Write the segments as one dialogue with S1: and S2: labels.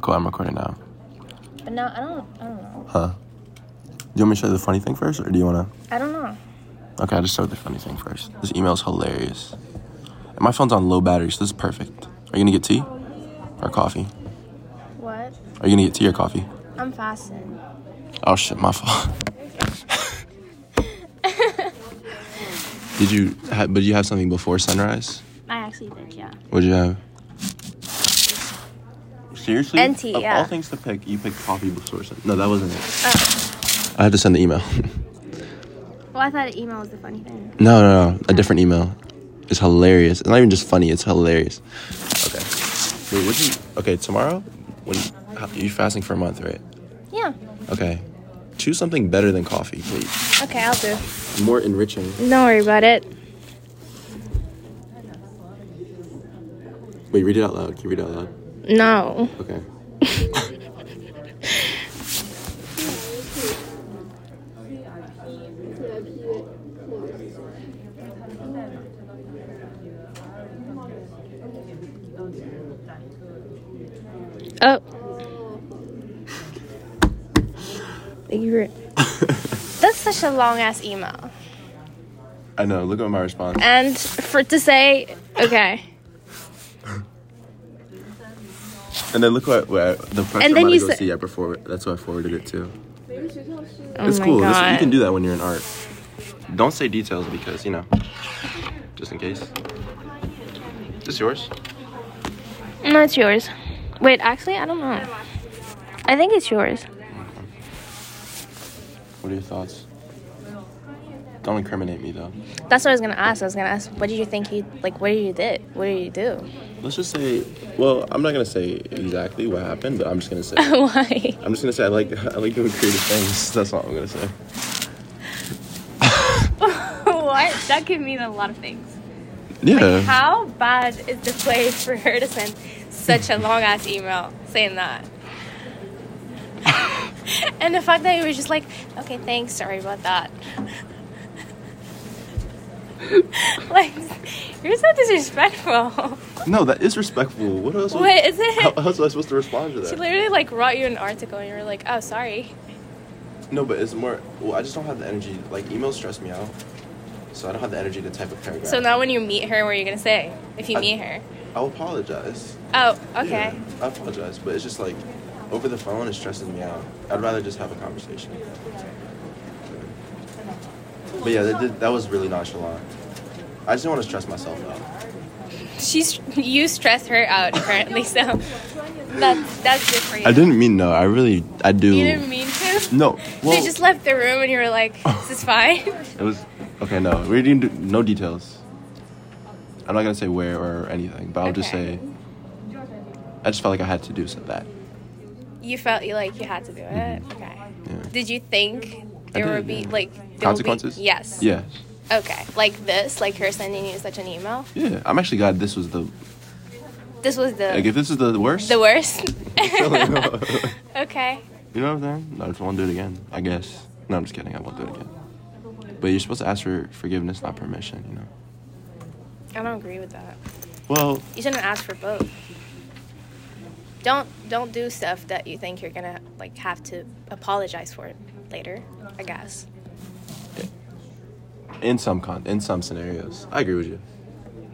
S1: Cool, I'm recording now.
S2: But now I don't. I don't know.
S1: Huh? Do you want me to show you the funny thing first, or do you want
S2: I don't know.
S1: to? Okay, I'll just start with the funny thing first. This email's hilarious. And my phone's on low battery, so this is perfect. Are you gonna get tea? Or coffee?
S2: What?
S1: Are you gonna get tea or coffee?
S2: I'm fasting.
S1: Oh shit, my fault. did you, ha- but you have something before sunrise?
S2: I actually did, yeah.
S1: What'd you have? Seriously?
S2: And tea,
S1: Of
S2: yeah.
S1: all things to pick, you picked coffee before sunrise. No, that wasn't it.
S2: Oh.
S1: I had to send the email.
S2: Well, I thought email was the funny thing.
S1: No, no, no. A different email. It's hilarious. It's not even just funny. It's hilarious. Okay. Wait, would you? Okay, tomorrow. When how, you're fasting for a month, right?
S2: Yeah.
S1: Okay. Choose something better than coffee, please.
S2: Okay, I'll do.
S1: More enriching.
S2: Don't worry about it.
S1: Wait, read it out loud. Can you read it out loud?
S2: No.
S1: Okay.
S2: Oh. Thank you for it. That's such a long ass email.
S1: I know. Look at my response.
S2: And for it to say, okay.
S1: And then look what, what the pressure
S2: And then
S1: Madagascar
S2: you said-
S1: see. I forward. That's why I forwarded it to.
S2: Oh
S1: it's
S2: my
S1: cool. This,
S2: god.
S1: you can do that when you're in art. Don't say details because you know, just in case. Is this yours?
S2: No, it's yours. Wait, actually, I don't know. I think it's yours.
S1: What are your thoughts? Don't incriminate me though.
S2: That's what I was gonna ask. I was gonna ask, what did you think you like? What did you did? What did you do?
S1: Let's just say, well, I'm not gonna say exactly what happened, but I'm just gonna say,
S2: Why?
S1: I'm just gonna say I like I like doing creative things. That's all I'm gonna say.
S2: what? That could mean a lot of things.
S1: Yeah.
S2: How bad is the play for her to send such a long ass email saying that? and the fact that he was just like, okay, thanks, sorry about that. like, you're so disrespectful.
S1: no, that is respectful. What else?
S2: What is it?
S1: How, how was I supposed to respond to
S2: She
S1: that?
S2: literally like wrote you an article and you were like, oh, sorry.
S1: No, but it's more. Well, I just don't have the energy. Like emails stress me out, so I don't have the energy to type a paragraph.
S2: So now when you meet her, what are you gonna say if you
S1: I-
S2: meet her?
S1: I'll apologize.
S2: Oh, okay.
S1: Yeah, I apologize, but it's just like over the phone, it stresses me out. I'd rather just have a conversation. But yeah, that, did, that was really nonchalant. I just didn't want to stress myself out.
S2: She's you stress her out apparently, so that's that's good for you.
S1: mean no. I really, I do.
S2: You didn't mean to.
S1: no. Oh.
S2: they just left the room and you were like, "This is fine."
S1: it was okay. No, we didn't do no details. I'm not gonna say where or anything, but I'll just
S2: Okay.
S1: say. I just felt like I had to do so that.
S2: You felt you like you had to do it. Okay.
S1: Mm-hmm. Yeah.
S2: Did you think
S1: I
S2: there would
S1: did,
S2: be
S1: yeah.
S2: like there would be-
S1: Consequences?
S2: yes.
S1: Yes.
S2: Okay. Like this, like her sending you such an email.
S1: Yeah. I'm actually glad this was the
S2: This was the
S1: like if this is the worst.
S2: the worst.
S1: worst.
S2: okay.
S1: You know what I'm saying? No, I just won't do it again. I guess. No, I'm just kidding. I won't do it again. But you're supposed to ask for forgiveness, not permission. You know.
S2: I don't agree with that.
S1: Well,
S2: You shouldn't ask for both. Don't don't do stuff that you think you're gonna like have to apologize for later. I guess.
S1: in some con, in some scenarios, I agree with you.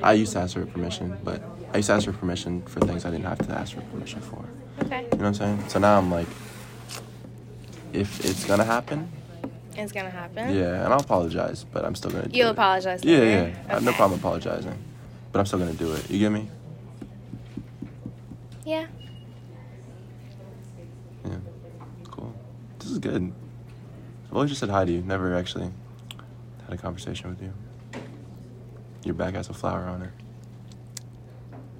S1: I used to ask for permission, but I used to ask for permission for things I didn't have to ask for permission for.
S2: Okay.
S1: You know what I'm saying? So now I'm like, if it's gonna happen,
S2: It's gonna happen.
S1: yeah, and I'll apologize, but I'm still gonna. Do
S2: You'll
S1: it.
S2: apologize
S1: Yeah, yeah.
S2: later?
S1: yeah. I have no
S2: Okay.
S1: problem apologizing, but I'm still gonna do it. You get me?
S2: Yeah.
S1: Yeah. Cool. This is good. I've always just said hi to you. Never actually had a conversation with you. Your bag has a flower on it.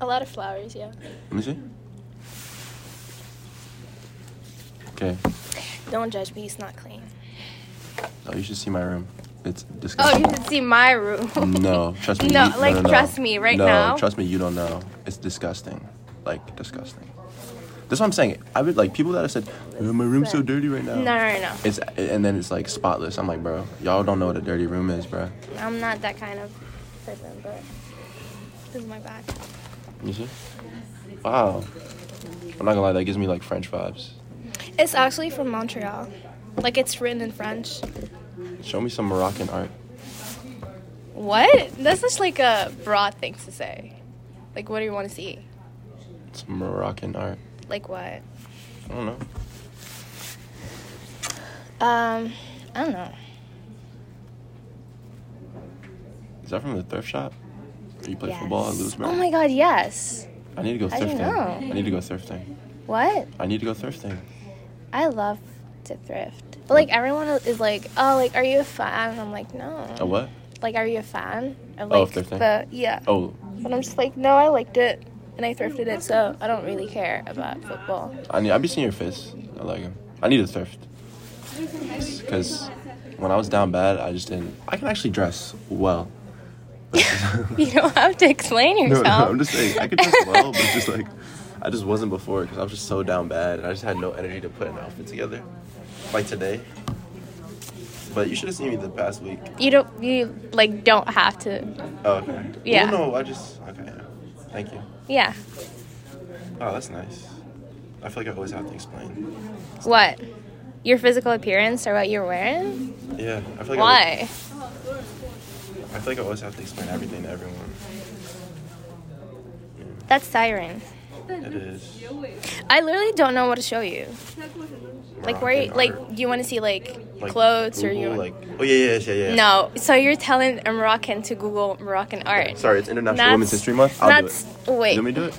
S2: A lot of flowers. Yeah.
S1: Let me see. Okay.
S2: Don't judge me. It's not clean.
S1: Oh, you should see my room. It's
S2: Oh,
S1: disgusting.
S2: you should see my room.
S1: No, trust me.
S2: Oh, No,
S1: you-
S2: like,
S1: no, no.
S2: trust me, right
S1: no,
S2: now?
S1: trust me. You don't know. It's disgusting. Like disgusting. That's what I'm saying. I would like people that have said, "Oh, "My room's so dirty right now."
S2: No, no, no.
S1: It's and then it's like spotless. I'm like, bro, y'all don't know what a dirty room is, bro.
S2: I'm not that kind of person, but this is my bag.
S1: You see? Wow. I'm not gonna lie, that gives me like French vibes.
S2: It's actually from Montreal. Like it's written in French.
S1: Show me some Moroccan art.
S2: What? That's such like a broad thing to say. Like what do you want to see?
S1: Some Moroccan art.
S2: Like what?
S1: I don't know.
S2: Um, I don't know.
S1: Is that from the thrift shop? Where you play football at Lewisburg?
S2: Oh my god, yes.
S1: I need to go
S2: I didn't
S1: thrifting.
S2: know.
S1: I need to go thrifting.
S2: What?
S1: I need to go thrifting.
S2: I love to thrift. But like everyone is like, "Oh, like are you a fan?" And I'm like, "No."
S1: A what?
S2: Like are you a fan of
S1: Oh,
S2: like
S1: thrifting?
S2: the yeah.
S1: Oh,
S2: But I'm just like, "No, I liked it." And I thrifted it, so I don't really care about football.
S1: I need. I be seeing your face. I like him. I need to thrift. Because when I was down bad, I just didn't. I can actually dress well.
S2: You don't have to explain
S1: No,
S2: yourself.
S1: no, I'm just saying I could dress well, but it's just like I just wasn't before because I was just so down bad and I just had no energy to put an outfit together, like today. But you should have seen me the past week.
S2: You don't. You like don't have to.
S1: Oh, okay.
S2: Yeah.
S1: Well, no, I just okay. yeah. Thank you.
S2: Yeah.
S1: Oh, that's nice. I feel like I always have to explain.
S2: What? Your physical appearance or what you're wearing?
S1: Yeah, I feel like I,
S2: Why?
S1: always- I feel like I always have to explain everything to everyone.
S2: That's tiring.
S1: It is.
S2: I literally don't know what to show you. Like where? You,
S1: Moroccan
S2: like
S1: art.
S2: you want to see like,
S1: Like,
S2: clothes or you?
S1: Google, like oh yeah yeah yeah yeah.
S2: no. So you're telling a Moroccan to Google Moroccan art.
S1: Sorry, it's International
S2: That's-
S1: Women's History Month. I'll
S2: that's-
S1: do it.
S2: wait.
S1: Let me to do it.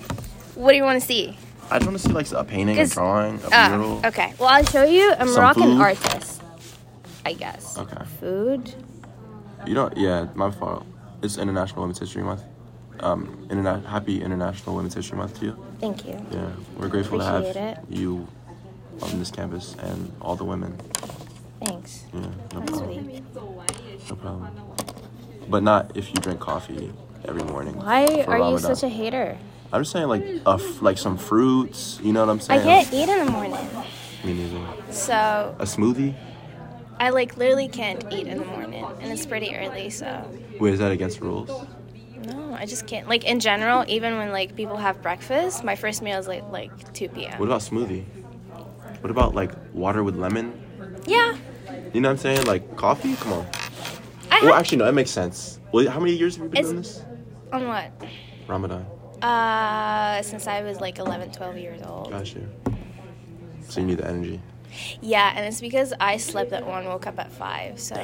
S2: What do you want to see?
S1: I just want to see like a painting, a
S2: Is-
S1: drawing, a mural.
S2: Oh, okay. Well, I'll show you a
S1: Some
S2: Moroccan
S1: food?
S2: artist. I guess.
S1: Okay.
S2: Food.
S1: You don't. Yeah, my fault. It's International Women's History Month. Um, interna- happy International Women's History Month to you.
S2: Thank you.
S1: Yeah, we're grateful to
S2: Appreciate
S1: have you on this campus and all the women.
S2: Thanks.
S1: Yeah, no
S2: That's
S1: problem.
S2: sweet.
S1: No problem. But not if you drink coffee every morning.
S2: Why
S1: for
S2: are you
S1: Ramadan.
S2: such a hater?
S1: I'm just saying like a f- like some fruits. You know what I'm
S2: I
S1: saying?
S2: can't eat in the morning.
S1: Me neither.
S2: So
S1: A smoothie.
S2: I like literally can't eat in the morning, and it's pretty early. So
S1: Wait, is that against rules?
S2: no, I just can't. Like in general, even when like people have breakfast, my first meal is like like two
S1: What
S2: p.m.
S1: about smoothie? What about like water with lemon?
S2: Yeah,
S1: You know what I'm saying? Like coffee? Come on.
S2: I
S1: Well,
S2: had
S1: actually, no, that makes sense. Well, how many years have you been doing
S2: It's-
S1: this?
S2: on what?
S1: Ramadan.
S2: Uh, since I was like 11, 12 years old.
S1: Gotcha. So you need the energy.
S2: Yeah, and it's because I slept at one, woke up at five, so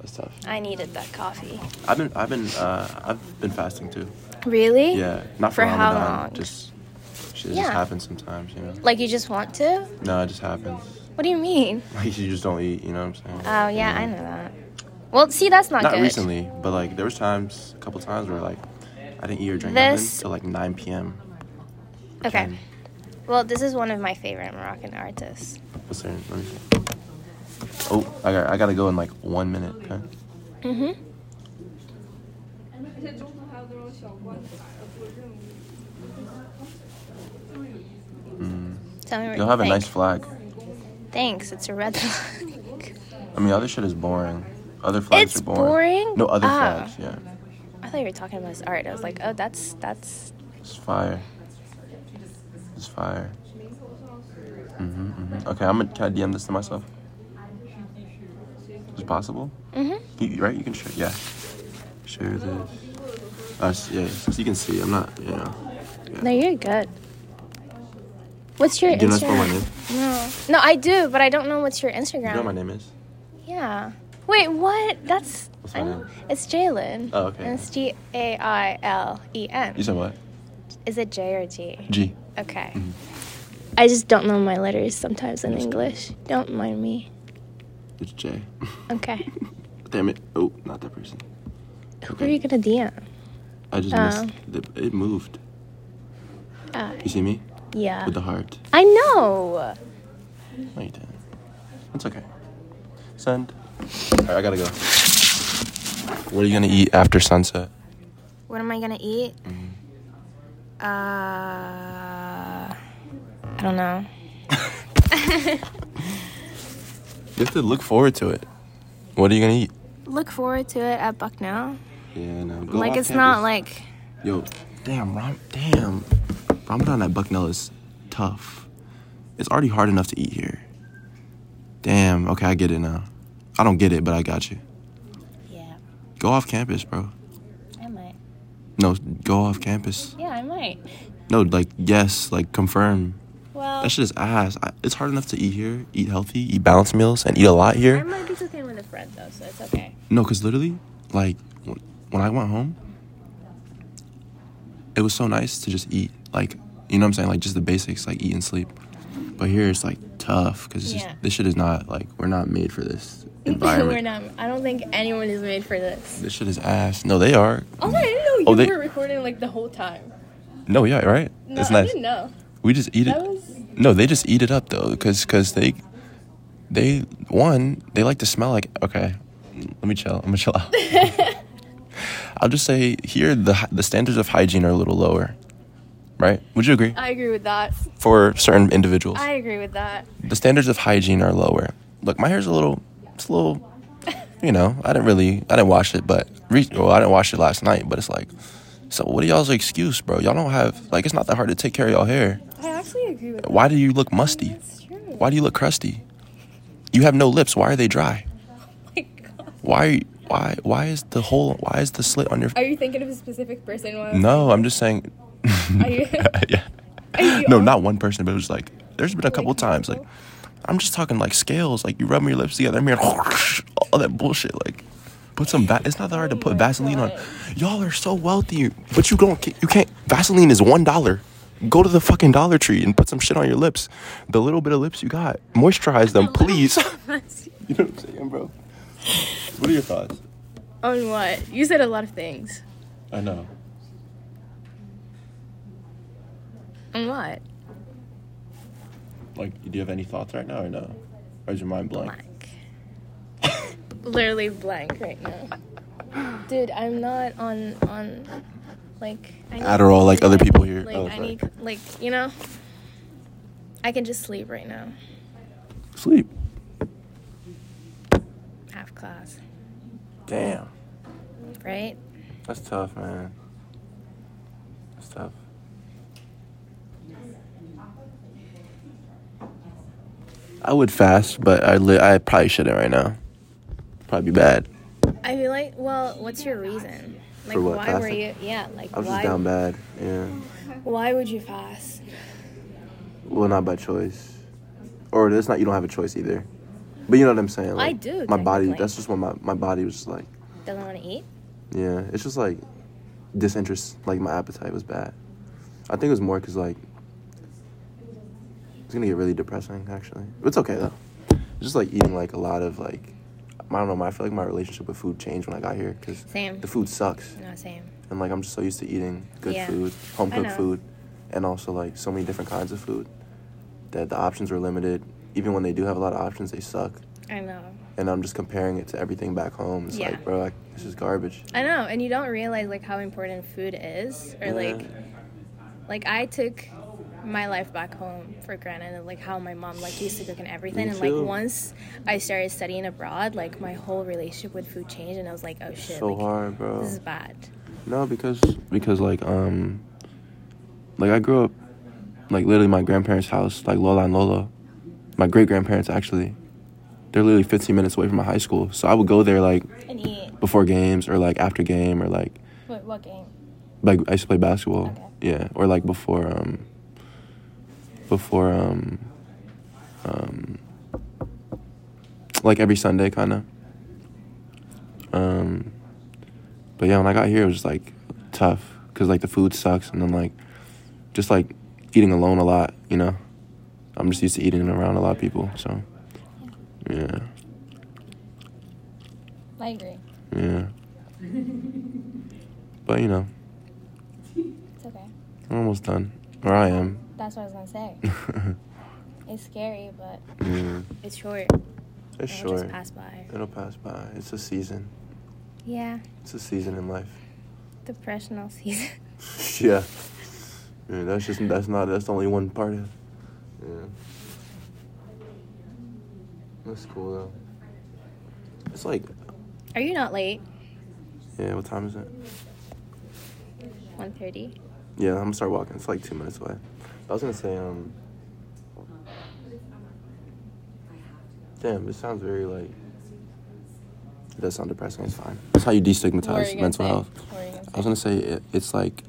S1: That's tough.
S2: I needed that coffee.
S1: I've been, I've been, uh, I've been fasting too.
S2: Really?
S1: Yeah, not for,
S2: For how
S1: Ramadan.
S2: long?
S1: Just, shit
S2: Yeah.
S1: just happens sometimes, you know.
S2: Like you just want to?
S1: No, it just happens.
S2: What do you mean?
S1: Like you just don't eat. You know what I'm saying?
S2: Oh yeah, I know that. Well, see, that's not,
S1: Not
S2: good.
S1: recently, but like there was times, a couple times where like I didn't eat or drink
S2: This-
S1: nothing till like 9 p.m.
S2: Okay.
S1: And-
S2: Well, this is one of my favorite Moroccan artists.
S1: What's her? Let me see. Oh, I got, I gotta go in like one minute. Okay.
S2: Mm-hmm.
S1: Mm.
S2: Tell me what
S1: You'll
S2: you
S1: have a
S2: think.
S1: nice flag.
S2: Thanks. It's a red flag.
S1: I mean, other shit is boring. Other flags
S2: It's
S1: are boring.
S2: boring?
S1: No, other
S2: Ah.
S1: flags. Yeah,
S2: I thought you were talking about his art. I was like, oh, that's that's.
S1: it's fire. It's fire. hmm hmm Okay, I'm gonna can I DM this to myself. Is it possible?
S2: Mm-hmm.
S1: You, you- right? You can share. Yeah. Share this. Us. Yeah. So you can see. I'm not. You know.
S2: No, you're good. What's your
S1: Do you know how to spell my
S2: Instagram?
S1: name?
S2: no, no, I do, but I don't know what's your Instagram.
S1: You know what my name is?
S2: Yeah. Wait, what? That's.
S1: What's my
S2: I know.
S1: name?
S2: It's Jalen.
S1: Oh, okay.
S2: And it's G A I L E
S1: You
S2: N.
S1: said what?
S2: Is it J or G?
S1: G.
S2: Okay.
S1: Mm-hmm.
S2: I just don't know my letters sometimes in English. Don't mind me.
S1: It's J.
S2: Okay.
S1: Damn it. Oh, not that person.
S2: Who are you gonna DM?
S1: I just
S2: Oh.
S1: missed. The, it moved.
S2: Uh,
S1: You see me?
S2: yeah.
S1: With the heart.
S2: I know.
S1: No, you didn't. It's okay. Send. All right, I gotta go. What are you gonna eat after sunset?
S2: What am I gonna eat?
S1: Mm-hmm.
S2: Uh, I don't know.
S1: You have to look forward to it. What are you gonna eat?
S2: Look forward to it at Bucknell.
S1: Yeah, no. Go
S2: like
S1: off
S2: it's not
S1: campus.
S2: like
S1: Yo, damn, Ram, damn. Ramadan at Bucknell is tough. It's already hard enough to eat here. Damn, okay, I get it now. I don't get it, but I got you.
S2: Yeah,
S1: Go off campus, bro.
S2: I might.
S1: No, go off campus.
S2: Yeah, I might.
S1: No, like, yes, like, confirm.
S2: Well,
S1: That shit is ass. I, it's hard enough to eat here, eat healthy, eat balanced meals, and eat a lot
S2: I
S1: here.
S2: might be cooking with a friend though, so it's okay.
S1: No, because literally, like, wh- when I went home, it was so nice to just eat. Like, you know what I'm saying? Like, just the basics, like eat and sleep. But here it's like tough because
S2: Yeah.
S1: this shit is not like we're not made for this
S2: We're
S1: environment.
S2: not. I don't think anyone is made for this.
S1: This shit is ass. No, they are.
S2: Also, I didn't know you
S1: Oh, they-
S2: were recording like the whole time.
S1: No, yeah, right.
S2: No,
S1: it's
S2: I
S1: nice.
S2: didn't know.
S1: We just eat it.
S2: That was-
S1: No, they just eat it up though, because they, they one they like to smell like okay. Let me chill. I'm gonna chill out. I'll just say here the hy- the standards of hygiene are a little lower, right? Would you agree?
S2: I agree with that.
S1: For certain individuals,
S2: I agree with that.
S1: the standards of hygiene are lower. Look, my hair's a little, it's a little, you know, I didn't really, I didn't wash it, but re- well, I didn't wash it last night, but it's like, so what are y'all's excuse, bro? Y'all don't have like it's not that hard to take care of y'all hair.
S2: I actually agree with that.
S1: Why do you look musty?
S2: That's true.
S1: Why do you look crusty? You have no lips. Why are they dry?
S2: Oh my God.
S1: Why? Why? Why is the hole? Why is the slit on your?
S2: Are you thinking of a specific person? While
S1: No, I'm just saying.
S2: Are you-
S1: yeah.
S2: Are you
S1: No,
S2: all-
S1: not one person, but it was like there's been a couple times. Like,
S2: multiple?
S1: I'm just talking like scales. Like you rub your lips together, I'm here, all that bullshit. Like, put some. Va- it's not that hard to
S2: Oh
S1: put
S2: my
S1: Vaseline
S2: God.
S1: on. Y'all are so wealthy, but you don't. You can't. Vaseline is one dollar. Go to the fucking Dollar Tree and put some shit on your lips. The little bit of lips you got, moisturize them, please. You know what I'm saying, bro? What are your thoughts?
S2: On what? You said a lot of things.
S1: I know.
S2: On what?
S1: Like, do you have any thoughts right now or no? Or is your mind blank?
S2: Blank. Literally blank right now. Dude, I'm not on on like I need-
S1: Adderall like other people here.
S2: Like
S1: Oh,
S2: I
S1: sorry.
S2: need like you know. I can just sleep right now.
S1: Sleep.
S2: Half class,
S1: Damn.
S2: right?
S1: That's tough, man. That's tough. I would fast, but I li- I probably shouldn't right now. Probably bad.
S2: I feel like, well, what's your reason? Like,
S1: For what,
S2: why were
S1: fasting?
S2: you? Yeah, like
S1: I was
S2: why?
S1: just down bad. Yeah.
S2: Why would you fast?
S1: Well, not by choice. Or it's not you don't have a choice either. But you know what I'm saying? Like,
S2: do,
S1: My body.
S2: technically.
S1: That's just what my my body was just like.
S2: Doesn't want to eat.
S1: Yeah, it's just like disinterest. Like my appetite was bad. I think it was more because like it's gonna get really depressing. Actually, it's okay though. It's just like eating like a lot of like I don't know. I feel like my relationship with food changed when I got here because
S2: Same.
S1: the food sucks,
S2: No, same.
S1: and like I'm just so used to eating good
S2: Yeah.
S1: food, home
S2: I
S1: cooked
S2: know.
S1: food, and also like so many different kinds of food that the options were limited. Even when they do have a lot of options, they suck.
S2: I know.
S1: And I'm just comparing it to everything back home. It's
S2: Yeah.
S1: like, bro, like, this is garbage.
S2: I know, and you don't realize like how important food is, or
S1: Yeah.
S2: like, like I took my life back home for granted, and, like how my mom like used to cook and everything,
S1: Me
S2: and like
S1: too.
S2: once I started studying abroad, like my whole relationship with food changed, and I was like, oh shit,
S1: so
S2: like,
S1: hard, bro.
S2: this is bad.
S1: No, because because like um like I grew up like literally my grandparents' house, like Lola and Lolo. My great grandparents actually. They're literally fifteen minutes away from my high school. So I would go there like
S2: And eat.
S1: before games or like after game or like
S2: What, what game?
S1: like I used to play basketball.
S2: Okay.
S1: Yeah. Or like before um before um um like every Sunday kinda. Um but yeah, when I got here it was just like tough cuz like the food sucks and then like just like eating alone a lot, you know. I'm just used to eating around a lot of people, so yeah.
S2: I agree.
S1: Yeah. but you know,
S2: It's okay.
S1: I'm almost done. Or I am.
S2: That's what I was gonna say. It's scary, but
S1: yeah.
S2: it's short.
S1: It's
S2: It'll
S1: short.
S2: just pass by.
S1: It'll pass by. It's a season.
S2: Yeah,
S1: It's a season in life.
S2: depressional season.
S1: yeah. Yeah, that's just that's not that's only one part of. Yeah. That's cool though. It's like,
S2: Are you not late?
S1: yeah. What time is it?
S2: One thirty.
S1: Yeah, I'm gonna start walking. It's like two minutes away. I was gonna say, um, damn, this sounds very like. It does sound depressing. It's fine. That's how you
S2: What were you
S1: destigmatize
S2: gonna
S1: mental
S2: say?
S1: health.
S2: What were you gonna
S1: I was gonna say it, it's like,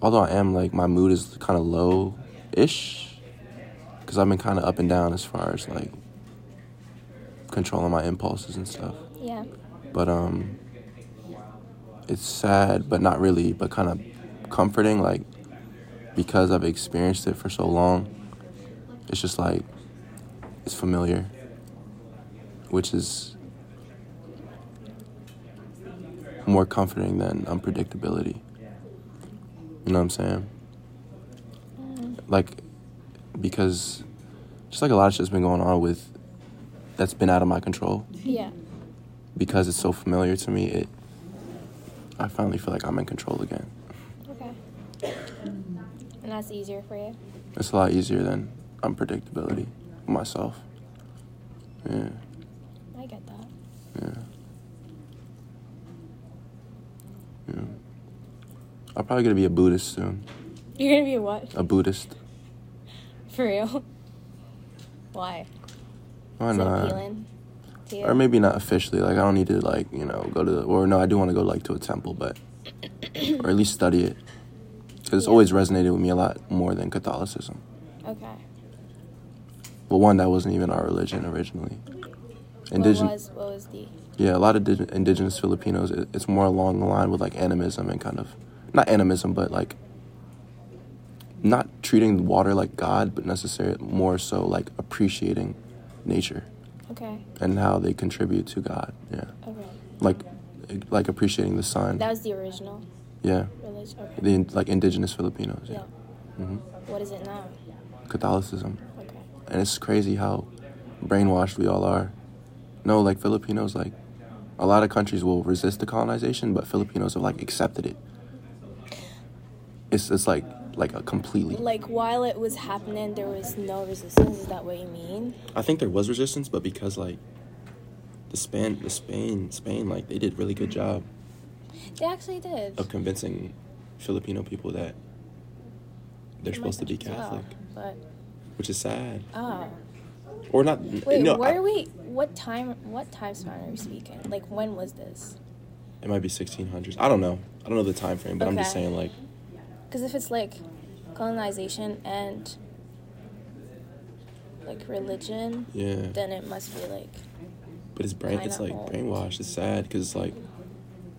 S1: although I am like my mood is kind of low, ish, because I've been kind of up and down as far as like controlling my impulses and stuff.
S2: Yeah.
S1: But um, it's sad, but not really, but kind of comforting, like because I've experienced it for so long. It's just like it's familiar, which is more comforting than unpredictability. You know what I'm saying? Like, because just like a lot of shit's been going on with that's been out of my control
S2: Yeah.
S1: because it's so familiar to me, it I finally feel like I'm in control again.
S2: Okay. And that's easier for you.
S1: It's a lot easier than unpredictability myself. Yeah,
S2: I get that.
S1: yeah. Yeah. I'm probably gonna be a Buddhist soon.
S2: You're gonna be a what?
S1: A Buddhist.
S2: For real? Why?
S1: Why
S2: Is it
S1: not?
S2: appealing to you?
S1: Or maybe not officially. Like I don't need to like you know go to the, or no I do want to go like to a temple, but or at least study it because it's
S2: Yeah.
S1: always resonated with me a lot more than Catholicism.
S2: Okay.
S1: Well, one that wasn't even our religion originally.
S2: what
S1: Indigenous,
S2: was what was the
S1: yeah, a lot of dig- indigenous Filipinos. It, it's more along the line with like animism and kind of, not animism, but like, not treating water like God, but necessarily more so like appreciating nature
S2: Okay.
S1: and how they contribute to God. Yeah,
S2: Okay.
S1: like, like appreciating the sun.
S2: That was the original
S1: yeah,
S2: religion. Okay.
S1: the in- like indigenous Filipinos.
S2: yeah.
S1: Yeah, hmm
S2: What is it now?
S1: Catholicism.
S2: Okay.
S1: and it's crazy how brainwashed we all are. No, like Filipinos, like a lot of countries will resist the colonization, but Filipinos have like accepted it. It's it's like like a completely.
S2: Like while it was happening, there was no resistance. Is that what you mean?
S1: I think there was resistance, but because like the Span, the Spain, Spain, like they did really good job
S2: They actually did.
S1: of convincing Filipino people that they're
S2: Oh my
S1: supposed to be
S2: gosh, yeah,
S1: Catholic,
S2: but
S1: which is sad.
S2: oh,
S1: Or not?
S2: wait.
S1: no,
S2: where
S1: I-
S2: are we? What time? What time span are we speaking? Like when was this?
S1: It might be 1600s. I don't know. I don't know the time frame, but I'm just
S2: Okay.
S1: saying like
S2: Because if it's like colonization and like religion,
S1: yeah.
S2: then it must be like
S1: But it's brain.
S2: Kinda
S1: It's like
S2: old.
S1: brainwashed. It's sad because it's like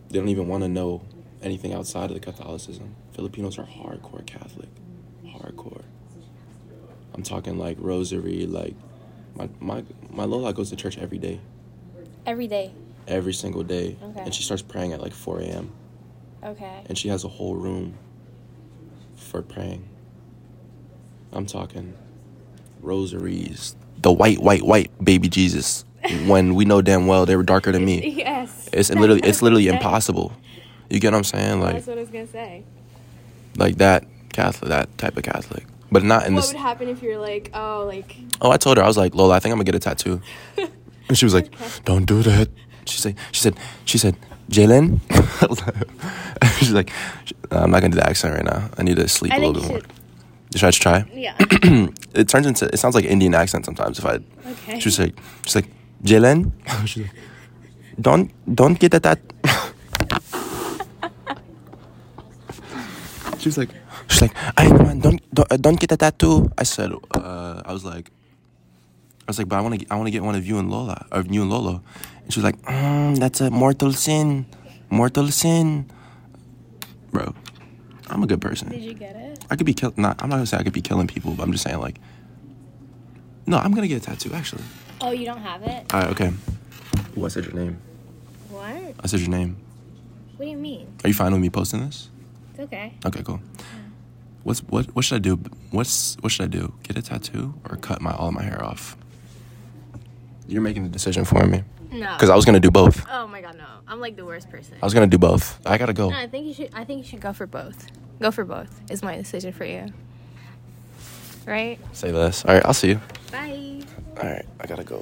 S1: they don't even want to know anything outside of the Catholicism. Filipinos are hardcore Catholic, hardcore. I'm talking like rosary. Like my my my lola goes to church every day,
S2: every day.
S1: every single day,
S2: Okay.
S1: and she starts praying at like 4 a.m.
S2: Okay.
S1: and she has a whole room for praying. I'm talking rosaries. The white, white, white baby Jesus. when we know damn well they were darker than me.
S2: Yes.
S1: It's literally it's literally impossible. You get what I'm saying? Like
S2: what I was gonna say.
S1: like that Catholic that type of Catholic. But not in this
S2: happen if you're like, oh, like
S1: Oh, I told her, I was like, Lola, I think I'm gonna get a tattoo. And she was like, Don't do that. She said she said she said, Jalen She's like I'm not gonna do the accent right now. I need to sleep a
S2: I
S1: little
S2: think
S1: bit
S2: you
S1: more.
S2: should.
S1: Should I try?
S2: Yeah.
S1: It turns into it sounds like Indian accent sometimes if I
S2: Okay.
S1: She's like she's like, Jalen She's like Don't don't get a tat She was like, she's like, I man, don't don't, uh, don't get a tattoo. I said, uh, I was like, I was like, but I want to I want to get one of you and Lola, of you and Lolo, and she was like, mm, that's a mortal sin, mortal sin, bro. I'm a good person.
S2: Did you get it?
S1: I could be killing. Not, I'm not gonna say I could be killing people, but I'm just saying like, no, I'm gonna get a tattoo actually.
S2: Oh, you don't have it.
S1: All right, okay. Ooh, I said your name.
S2: What? What
S1: I said your name.
S2: do you mean?
S1: Are you fine with me posting this?
S2: It's okay.
S1: Okay, cool. What's what? What should I do? What's what should I do? Get a tattoo or cut my all my hair off? You're making the decision for me
S2: No.
S1: because I was gonna do both.
S2: Oh my god, no! I'm like the worst person.
S1: I was gonna do both. I gotta go.
S2: No, I think you should. I think you should go for both. Go for both is my decision for you. Right?
S1: Say less. All right, I'll see you.
S2: Bye.
S1: All right, I gotta go.